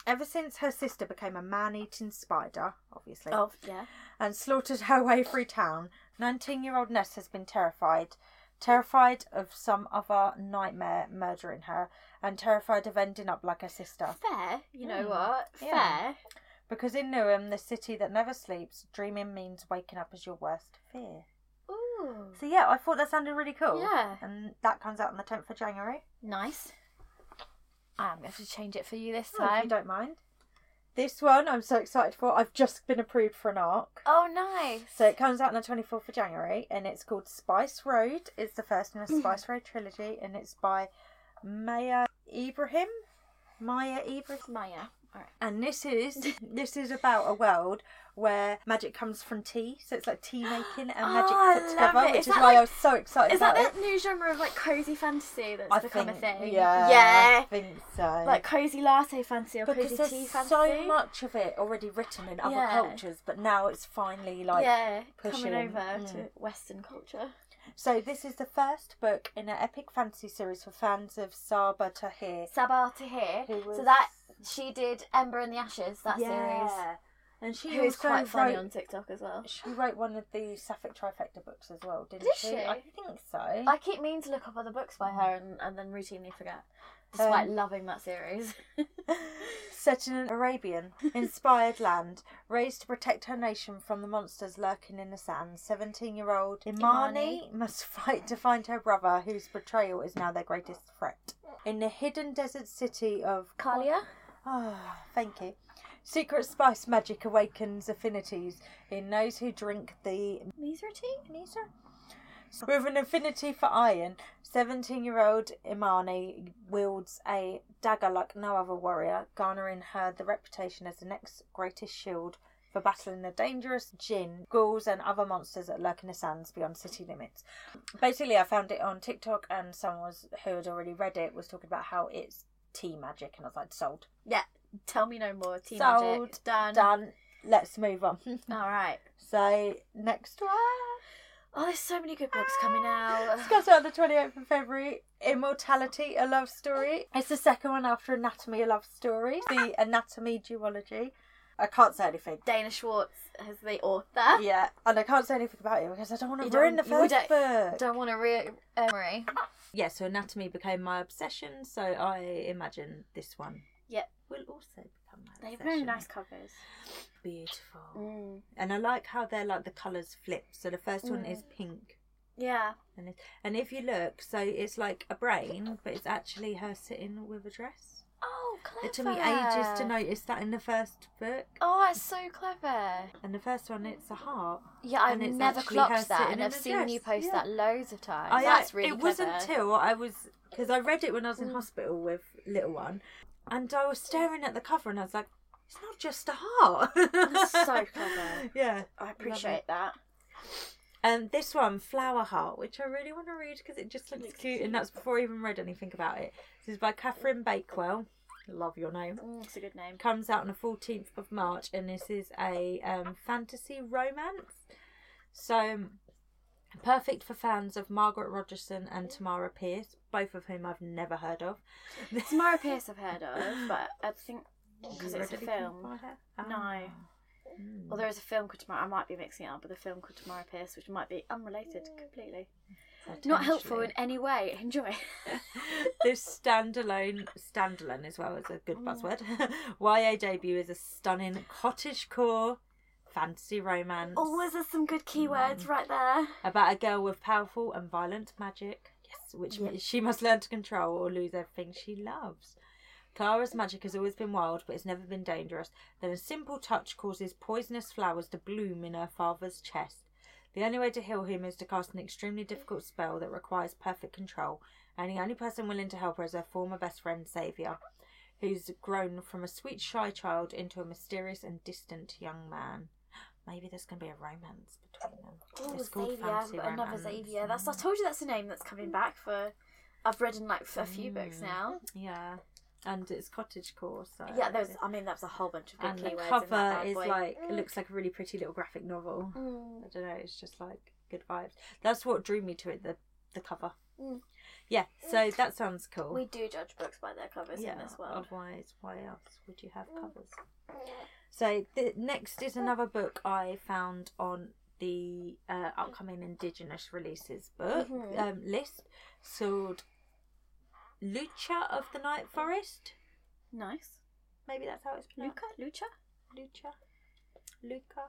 B: Ever since her sister became a man-eating spider, obviously,
A: oh yeah.
B: and slaughtered her way through town, 19-year-old Ness has been terrified. Terrified of some other nightmare murdering her, and terrified of ending up like her sister.
A: Fair. You know what? Fair.
B: Hmm, Yeah. Because in Newham, the city that never sleeps, dreaming means waking up as your worst fear.
A: Ooh.
B: So yeah, I thought that sounded really cool.
A: Yeah.
B: And that comes out on the 10th of January.
A: Nice. I'm going to have to change it for you this
B: Oh, if
A: time.
B: you don't mind. This one I'm so excited for. I've just been approved for an arc.
A: Oh, nice.
B: So it comes out on the 24th of January and it's called Spice Road. It's the first in a Spice Road trilogy and it's by Maya Ibrahim. Maya Ibrahim.
A: Maya. All right.
B: And
A: [LAUGHS]
B: this is this is about a world where magic comes from tea. So it's like tea making and
A: Oh,
B: magic
A: I
B: put
A: love
B: together,
A: it.
B: which
A: Is
B: is,
A: that
B: why
A: like-
B: I was so excited
A: Is that
B: about
A: that
B: it.
A: new genre of like cozy fantasy that's
B: I
A: become a
B: think-
A: thing?
B: Yeah.
A: Yeah.
B: I think so.
A: Like cozy latte fancy or
B: because
A: cozy
B: there's
A: tea fancy.
B: so much of it already written in other
A: Yeah.
B: cultures, but now it's finally like.
A: yeah,
B: pushing,
A: coming over
B: mm.
A: to Western culture.
B: So this is the first book in an epic fantasy series for fans of Saba Tahir.
A: Sabah Tahir.
B: Who was-
A: So that she did Ember in the Ashes that series.
B: and she
A: Who is
B: also
A: quite funny
B: wrote-
A: on TikTok as well.
B: She wrote one of the Sapphic Trifecta books as well, didn't
A: Did
B: she?
A: she?
B: I think so.
A: I keep meaning to look up other books by her and, and then routinely forget, despite
B: Um,
A: loving that series. [LAUGHS]
B: Set in an Arabian inspired land, raised to protect her nation from the monsters lurking in the sands, 17 year old Imani must fight to find her brother, whose betrayal is now their greatest threat. In the hidden desert city of.
A: Kalia?
B: Ah, thank you. Secret spice magic awakens affinities in those who drink the
A: Mizra tea?
B: Nisa. With an affinity for iron, 17 year old Imani wields a dagger like no other warrior, garnering her the reputation as the next greatest shield for battling the dangerous jinn, ghouls, and other monsters that lurk in the sands beyond city limits. Basically, I found it on TikTok, and someone was, who had already read it was talking about how it's tea magic, and I was like, sold.
A: Yeah. Tell me no more. Tea
B: Sold.
A: magic. Done.
B: Done. Let's move on. [LAUGHS]
A: All right.
B: so, next one.
A: Oh, there's so many good books coming out.
B: [LAUGHS] It's got out on the 28th of February. Immortality, a love story. It's the second one after Anatomy, a love story. The Anatomy duology. I can't say anything.
A: [LAUGHS] Dana Schwartz is the author.
B: Yeah, and I can't say anything about it because I don't want
A: You
B: to
A: don't-
B: ruin the
A: you
B: first
A: don't-
B: book.
A: Don't want to re- uh, memory.
B: Yeah, so Anatomy became my obsession, so I imagine this one.
A: Yep.
B: Will also become my
A: They've really nice covers.
B: Beautiful.
A: Mm.
B: And I like how they're like the colours flip. So the first one is pink.
A: Yeah.
B: And, it, and if you look, so it's like a brain, but it's actually her sitting with a dress.
A: Oh, clever.
B: It took me ages to notice that in the first book.
A: Oh, that's so clever.
B: And the first one, it's a heart.
A: Yeah, I've
B: And it's
A: never
B: actually her
A: clocked that,
B: sitting
A: and
B: in
A: I've
B: a
A: seen
B: dress.
A: you post
B: Yeah.
A: that loads of times.
B: I-
A: that's really
B: It
A: clever. Mm.
B: wasn't till I was because I read it when I was in hospital with little one, and I was staring at the cover and I was like, "It's not just a heart."
A: That's
B: [LAUGHS]
A: so clever.
B: Yeah,
A: I appreciate that.
B: and this one, Flower Heart, which I really want to read because it just looks cute, and that's before I even read anything about it. This is by Catherine Bakewell. Love your name.
A: Mm, it's a good name.
B: comes out on the 14th of March, and this is a um, fantasy romance. So, um, perfect for fans of Margaret Rogerson and Tamara Pierce, both of whom I've never heard of. [LAUGHS]
A: Tamara Pierce I've heard of, but I think because it's a
B: Read anything
A: film.
B: by her? Ah.
A: No. Or there is a film called Tomorrow. I might be mixing it up with a film called Tomorrow Pierce, which might be unrelated completely. Mm. Not helpful
B: [LAUGHS]
A: in any way. Enjoy.
B: this standalone standalone as well is a
A: Mm.
B: good buzzword. [LAUGHS] YA debut is a stunning cottagecore fantasy romance
A: [LAUGHS] Always there's some good keywords right there.
B: about a girl with powerful and violent magic. Yes, which
C: Yeah.
B: means she must learn to control or lose everything she loves. Clara's magic has always been wild, but it's never been dangerous. Then a simple touch causes poisonous flowers to bloom in her father's chest. The only way to heal him is to cast an extremely difficult spell that requires perfect control, and the only person willing to help her is her former best friend Xavier, who's grown from a sweet shy child into a mysterious and distant young man. [GASPS] Maybe there's going to be a romance between them.
A: Oh,
B: It's called
A: Xavier,
B: fantasy
A: but another
B: romance.
A: Xavier. That's I told you that's a name that's coming back for. I've read in like a
B: Mm,
A: few books now.
B: Yeah, and it's cottagecore. So
A: Yeah, there's. I mean, that's a whole bunch of good
B: and the
A: keywords. in that
B: cover
A: bad
B: is
A: boy.
B: like it looks like a really pretty little graphic novel.
A: Mm.
B: I don't know. It's just like good vibes. That's what drew me to it. The the cover.
A: Mm.
B: Yeah, so that sounds cool.
A: We do judge books by their covers
B: yeah,
A: in this world. Mm.
B: otherwise why else would you have covers? So the next is another book I found on the uh, upcoming Indigenous releases book
A: Mhm.
B: um, list. Called Lucha of the Night Forest.
A: Nice.
B: Maybe that's how it's pronounced.
A: Luca? Lucha?
B: Lucha. Luca.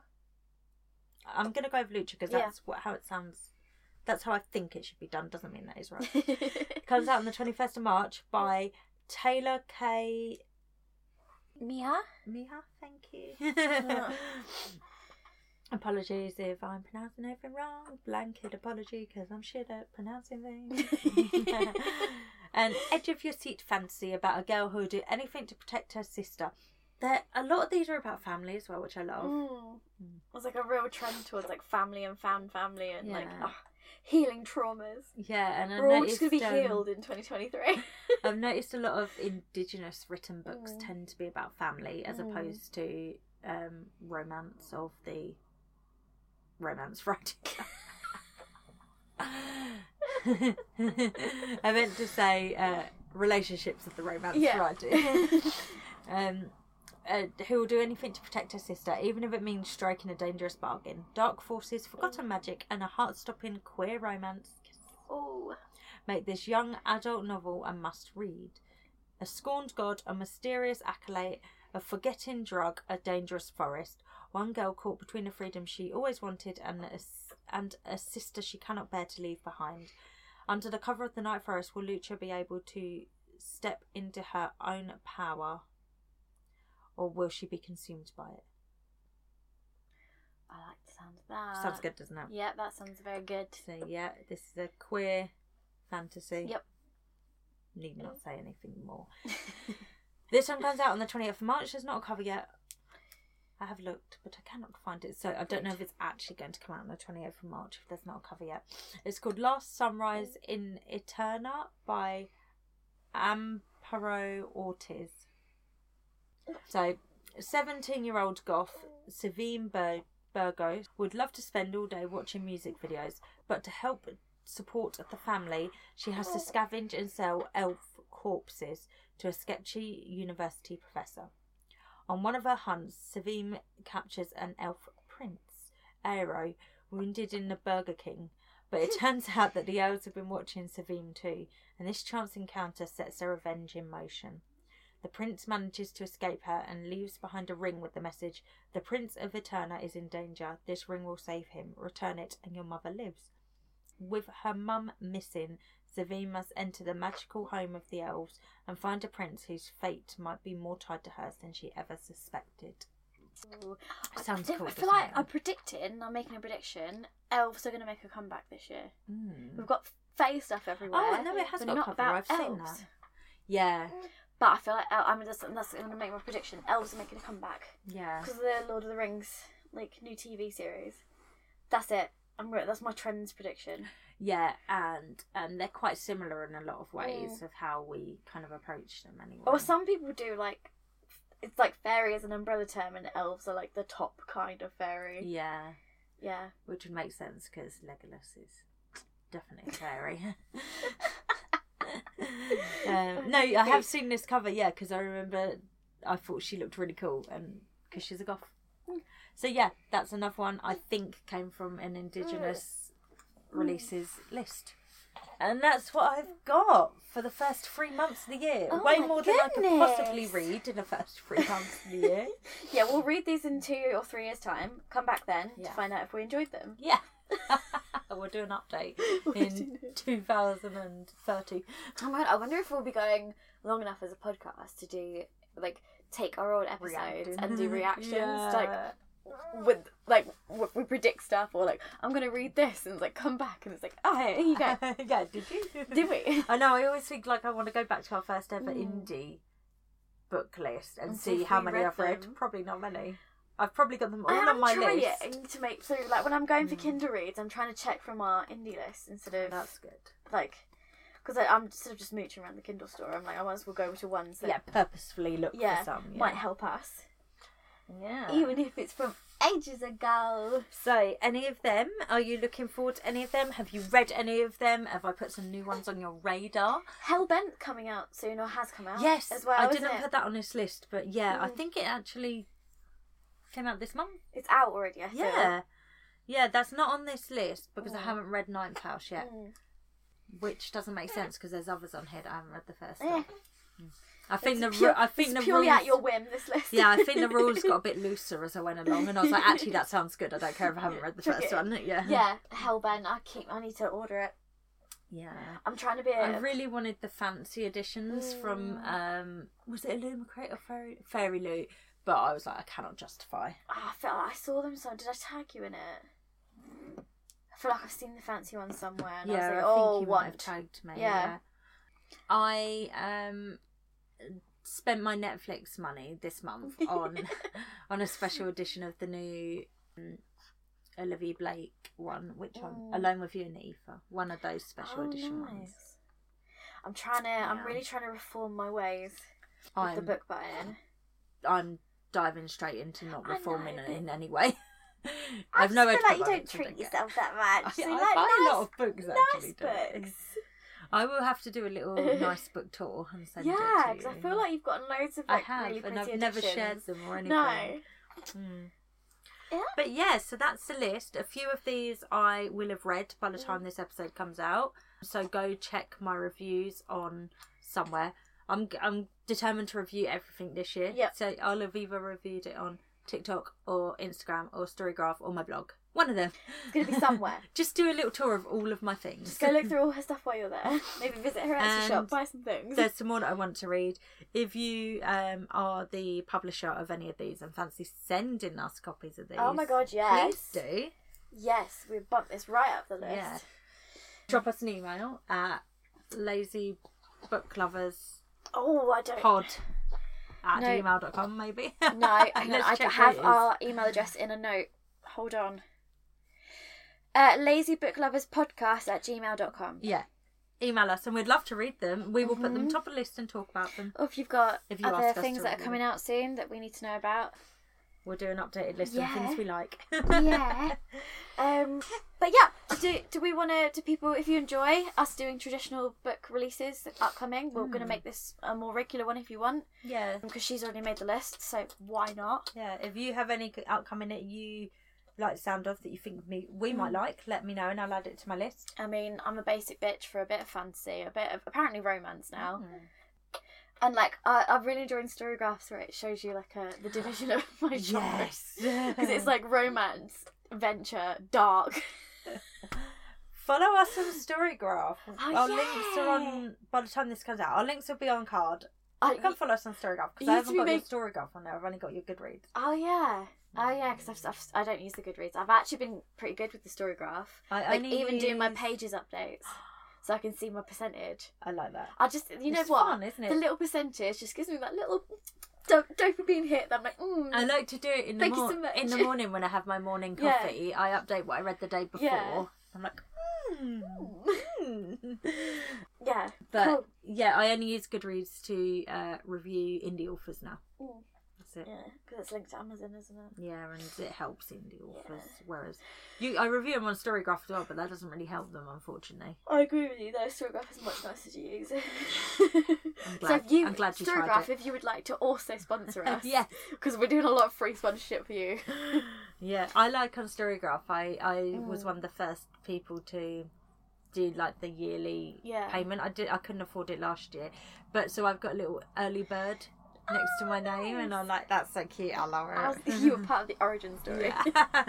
B: I'm gonna go with Lucha because
A: Yeah.
B: that's what how it sounds. That's how I think it should be done. Doesn't mean that is
A: [LAUGHS]
B: right. Comes out on the 21st of March by Taylor K.
A: Mia?
B: Miha. Thank you. Apologies if I'm pronouncing everything wrong. Blanket apology because I'm shit at pronouncing things. An edge of your seat fantasy about a girl who will do anything to protect her sister. There, a lot of these are about family as well, which I love.
A: Mm. There's like a real trend towards like family and found family and like
B: Yeah.
A: ugh, healing traumas.
B: Yeah, and I
A: We're all just
B: noticed,
A: going to be
B: um,
A: healed in 2023.
B: [LAUGHS] I've noticed a lot of indigenous written books
A: Mm.
B: tend to be about family as
A: Mm.
B: opposed to um, romance of the romance [LAUGHS] writing. I meant to say uh, relationships of the
A: [LAUGHS]
B: romance
A: Yeah.
B: writing. um, uh, who will do anything to protect her sister, even if it means striking a dangerous bargain. Dark forces, forgotten magic, and a heart-stopping queer romance
A: oh,
B: make this young adult novel a must read. A scorned god, a mysterious acolyte, a forgetting drug, a dangerous forest. One girl caught between the freedom she always wanted and a, s- and a sister she cannot bear to leave behind. Under the cover of the night forest, will Lucha be able to step into her own power? Or will she be consumed by it?
A: I like the sound of that.
B: sounds good, doesn't it?
A: Yeah, that sounds very good.
B: So, yeah, this is a queer fantasy.
A: Yep.
B: Need not say anything more. This one comes out on the 20th of March. There's not a cover yet. I have looked, but I cannot find it. So I don't know if it's actually going to come out on the 28th of March if there's not a cover yet. It's called Last Sunrise in Eterna by Amparo Ortiz. So, 17 year old goth Savine Bur- Burgos would love to spend all day watching music videos, but to help support the family, she has to scavenge and sell elf corpses to a sketchy university professor. On one of her hunts, Savim captures an elf prince, Aero, wounded in the Burger King. But it turns out that the elves have been watching Savim too, and this chance encounter sets their revenge in motion. The prince manages to escape her and leaves behind a ring with the message The Prince of Eterna is in danger. This ring will save him. Return it, and your mother lives. With her mum missing, Savine must enter the magical home of the elves and find a prince whose fate might be more tied to hers than she ever suspected.
A: Ooh.
B: Sounds
A: I,
B: cool,
A: I feel
B: doesn't
A: like
B: it?
A: I'm predicting, I'm making a prediction, elves are going to make a comeback this year.
B: Mm.
A: We've got fey stuff everywhere.
B: Oh, I know it has
A: but
B: got a
A: not
B: cover.
A: about
B: I've seen
A: elves.
B: that. Yeah,
A: But I feel like el- I mean, that's, that's I'm gonna make my prediction. Elves are making a comeback
B: yeah.
A: because of the Lord of the Rings like new TV series. That's it. I'm gonna, that's my trends prediction.
B: Yeah, and um, they're quite similar in a lot of ways of how we kind of approach them anyway.
A: Or some people do like it's like fairy is an umbrella term, and elves are like the top kind of fairy.
B: Yeah,
A: Yeah.
B: which would make sense because Legolas is definitely a fairy.
A: [LAUGHS]
B: [LAUGHS] um, no, I have seen this
A: Hmm.
B: cover, yeah, because I remember I thought she looked really cool and because she's a goth. So yeah, that's another one I think came from an Indigenous
A: Hmm.
B: releases list. And that's what I've got for the first three months of the year.
A: Oh
B: Way
A: my
B: more than I could
A: goodness.
B: possibly read in the first three months of
A: [LAUGHS]
B: the year.
A: Yeah, we'll read these in two or three years' time. Come back then
B: Yeah.
A: to find out if we enjoyed them.
B: Yeah. [LAUGHS] we'll do an [LAUGHS] update in 2030.
A: Oh my god, I wonder if we'll be going long enough as a podcast to do like take our old episodes
B: Reacting.
A: and do [LAUGHS] reactions
B: [LAUGHS] Yeah.
A: to, like with like what we predict stuff or like I'm gonna read this and it's like come back and it's like oh here you [LAUGHS] go
B: [LAUGHS] yeah, did you?
A: did we
B: I know. I always think like I want to go back to our first ever
A: Mm.
B: indie book list and, And see see, if how we many read I've read. them.
C: Probably not many.
B: I've probably got them all
A: I am
B: on my
A: trying
B: list. Mm.
A: to make so like when I'm going for Kinder reads I'm trying to check from our indie list instead of
B: That's good.
A: like because I'm sort of just mooching around the Kindle store I'm like I might as well go to ones that
B: yeah, purposefully look
A: yeah,
B: for some. Yeah.
A: might help us
B: yeah.
A: even if it's from ages ago
B: So, any of them? Are you looking forward to any of them? Have you read any of them? Have I put some new ones on your radar?
A: Hellbent coming out soon or has come out
B: yes,
A: as well
B: I
A: isn't
B: didn't
A: it? Hmm.
B: put that on this list, but yeah, I think it actually came out this month.
A: It's out already, I feel.
B: Yeah. Yeah, that's not on this list because
A: Oh.
B: I haven't read Ninth House yet,
A: Mm.
B: which doesn't make sense because there's others on here that I haven't read the first.
A: Hmm. Eh,
B: one. I think
A: it's
B: the
A: pure-
B: ru- I think
A: it's
B: the
A: purely
B: rules.
A: at your whim. This list.
B: yeah, I think
A: [LAUGHS]
B: the rules got a bit looser as I went along, and I was like, actually, that sounds good. I don't care if I haven't read the
A: Chuck
B: first
A: it
B: one. [LAUGHS] Yeah,
A: yeah, Hellbent. I keep. I need to order it.
B: yeah.
A: I'm trying to be. A,
B: I really wanted the fancy editions from
A: Hmm.
B: um was it Illumicrate or Fairy Fairy Loot? But I was like, I cannot justify.
A: Oh, I felt like I saw them somewhere. Did I tag you in it? I feel like I've seen the fancy one somewhere. And I was like, oh, what?
B: tagged me.
A: Yeah.
B: I um spent my Netflix money this month
A: [LAUGHS]
B: on on a special edition of the new um, Olivia Blake one, which I'm
A: Mm.
B: alone with you and Eva, one of those special
A: Oh,
B: edition
A: nice.
B: ones.
A: I'm trying to.
B: Yeah.
A: I'm really trying to reform my ways with the
B: I'm
A: book buying.
B: I'm diving straight into not
A: I
B: reforming
A: know,
B: in,
A: but-
B: any way. [LAUGHS]
A: I
B: I've
A: just
B: no
A: feel
B: idea
A: like you
B: what
A: don't
B: to
A: treat
B: get.
A: yourself [LAUGHS] that much.
B: [LAUGHS] I,
A: So,
B: I
A: like,
B: buy
A: nice,
B: a lot of books actually.
A: nice
B: don't
A: books. [LAUGHS]
B: I? I will have to do a little nice book tour and send it to
A: Yeah, because I
B: you.
A: feel like you've gotten loads of
B: I
A: like
B: have,
A: really
B: and
A: pretty
B: I've never shared
A: editions.
B: them or anything.
A: No.
B: Mm.
A: Yeah.
B: But yeah, so that's the list. A few of these I will have read by the
A: Mm.
B: time this episode comes out. So go check my reviews on somewhere. I'm I'm determined to review everything this year.
A: Yep.
B: So I'll have either reviewed it on TikTok or Instagram or Storygraph or my blog. One of them.
A: It's gonna be somewhere.
B: [LAUGHS] Just do a little tour of all of my things.
A: Just go look through all her stuff while you're there. [LAUGHS] Maybe visit her Etsy
B: And
A: shop, buy some [LAUGHS] things.
B: There's some more that I want to read. If you um, are the publisher of any of these and fancy sending us copies of these,
A: oh my god, yes.
B: please do.
A: Yes, we bump this right up the list.
B: Yeah. Drop us an email at lazy book lovers
A: Oh, I don't
B: pod at
A: No.
B: gmail.com maybe.
A: [LAUGHS]
B: [LAUGHS]
A: No, hang on,
B: Let's
A: I
B: check
A: have
B: what it is.
A: our email address in a note. Hold on. Uh, lazybookloverspodcast at gmail.com.
B: Yeah. Email us and we'd love to read them. We will put
A: Mm-hmm.
B: them top of list and talk about them.
A: Or Oh, if you've got
B: If you ask
A: other
B: us
A: things
B: to
A: that
B: read
A: are coming out soon that we need to know
B: [LAUGHS]
A: about.
B: We'll do an updated list of things
A: Yeah.
B: we like. [LAUGHS]
A: yeah. Um, but yeah, do do we want to? Do people, if you enjoy us doing traditional book releases upcoming, we're
B: Hmm.
A: going to make this a more regular one if you want,
B: yeah.
A: because she's already made the list, so why not?
B: Yeah. If you have any good outcoming that you like the sound of that you think me we
A: Mm.
B: might like, let me know and I'll add it to my list.
A: I mean, I'm a basic bitch for a bit of fantasy, a bit of apparently romance now,
B: Mm-hmm.
A: and like I, I'm really enjoying storygraphs where it shows you like a, the division of [LAUGHS] my genres
B: [LAUGHS]
A: because it's like romance, adventure, dark. [LAUGHS]
B: Follow us on Storygraph.
A: Oh,
B: Our links are
A: yeah.
B: on by the time this comes out. Our links will be on card.
A: I,
B: You can follow us on Storygraph because
A: You
B: I
A: used to
B: haven't got
A: be
B: your Storygraph on there. I've only got your Goodreads.
A: oh yeah. Oh yeah, because I've, I've, I don't use the Goodreads. I've actually been pretty good with the storygraph.
B: I
A: like even doing my
B: use-
A: pages updates so I can see my percentage.
B: I like that.
A: I just you know
B: It's
A: what
B: fun, isn't it?
A: the little percentage just gives me that little do- dopamine hit that I'm like mm.
B: I like to do it in the
A: Thank you so
B: morning.
A: much.
B: in the morning when I have my morning
A: Yeah.
B: coffee, I update what I read the day before.
A: Yeah.
B: I'm like, hmm.
A: [LAUGHS] Hmm.
B: [LAUGHS]
A: yeah
B: but
A: Cool.
B: yeah, I only use Goodreads to uh, review indie authors now.
A: Mm.
B: That's it.
A: yeah because it's linked to Amazon isn't it
B: Yeah, and it helps indie authors. Whereas you, I review them on Storygraph as well, but that doesn't really help them, unfortunately.
A: [LAUGHS] I agree with you though Storygraph is much nicer to use so
B: glad
A: if You,
B: I'm glad you tried
A: Storygraph,
B: it.
A: if you would like to also
B: [LAUGHS]
A: sponsor us,
B: Yeah,
A: because we're doing a lot of free sponsorship for you.
B: yeah. I like on Storygraph. I I
A: Mm.
B: was one of the first people to do like the yearly
A: Yeah.
B: payment. I did. I couldn't afford it last year, but so I've got a little early bird next to my name, and I'm like, that's so cute. I love it.
A: I was-
B: [LAUGHS]
A: you were part of the origin story.
B: Yeah. [LAUGHS]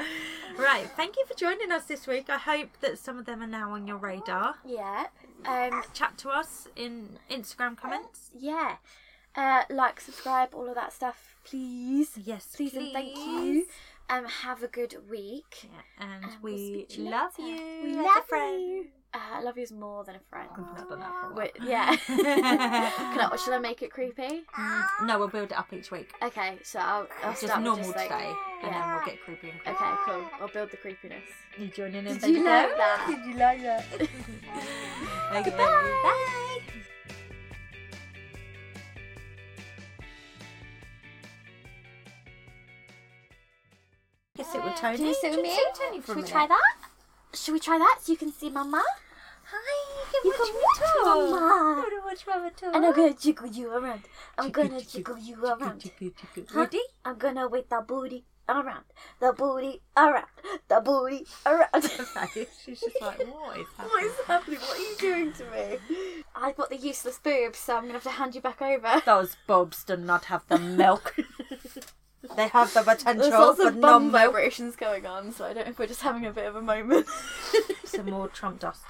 B: right. Thank you for joining us this week. I hope that some of them are now on your radar.
A: Yeah. Um,
B: Chat to us in Instagram comments.
A: yeah. Uh, like, subscribe, all of that stuff, please.
B: Yes,
A: Please, and thank you. Um, have a good week.
B: Yeah, and
A: And we'll
B: we
A: speak to you
B: love
A: later.
B: you.
A: We
B: as a
A: love
B: friend.
A: you. Uh, I love you is more than a friend.
B: We've not done that for a while.
A: Wait,
B: [LAUGHS]
A: yeah. Can I, should I make it creepy?
B: Mm, No, we'll build it up each week.
A: Okay, so I'll, I'll
B: Just
A: start with
B: normal
A: just like,
B: today, and then
A: yeah.
B: we'll get creepy and creepy.
A: Okay, cool. I'll build the creepiness.
B: You joining in?
A: Did you like that?
C: Did you like that?
B: [LAUGHS] Okay. Bye. Kiss it with Tony.
A: Can you sit with me?
B: Kiss it with Tony for
A: Should
B: a
A: we
B: minute.
A: try that? Should we try that so you can see Mama?
B: Hi,
A: You can watch Mama.
B: to watch Mama talk.
A: And I'm gonna jiggle you around. I'm
B: Jiggle,
A: gonna
B: jiggle,
A: jiggle you around.
B: Chicka, chicka.
A: Huh?
B: [LAUGHS] Ready?
A: I'm gonna with the booty around. The booty around. The booty around. [LAUGHS]
B: She's just like, what
A: What
B: is happening?
A: is happening? What are you doing to me? I've got the useless boobs, so I'm gonna have to hand you back over.
B: Those bobs do not have
A: [LAUGHS]
B: the milk. they have the potential,
A: There's lots
B: but
A: of
B: no
A: bum
B: milk.
A: vibrations going on, so I don't know if we're just having a bit of a moment. [LAUGHS]
B: Some more Trump dust.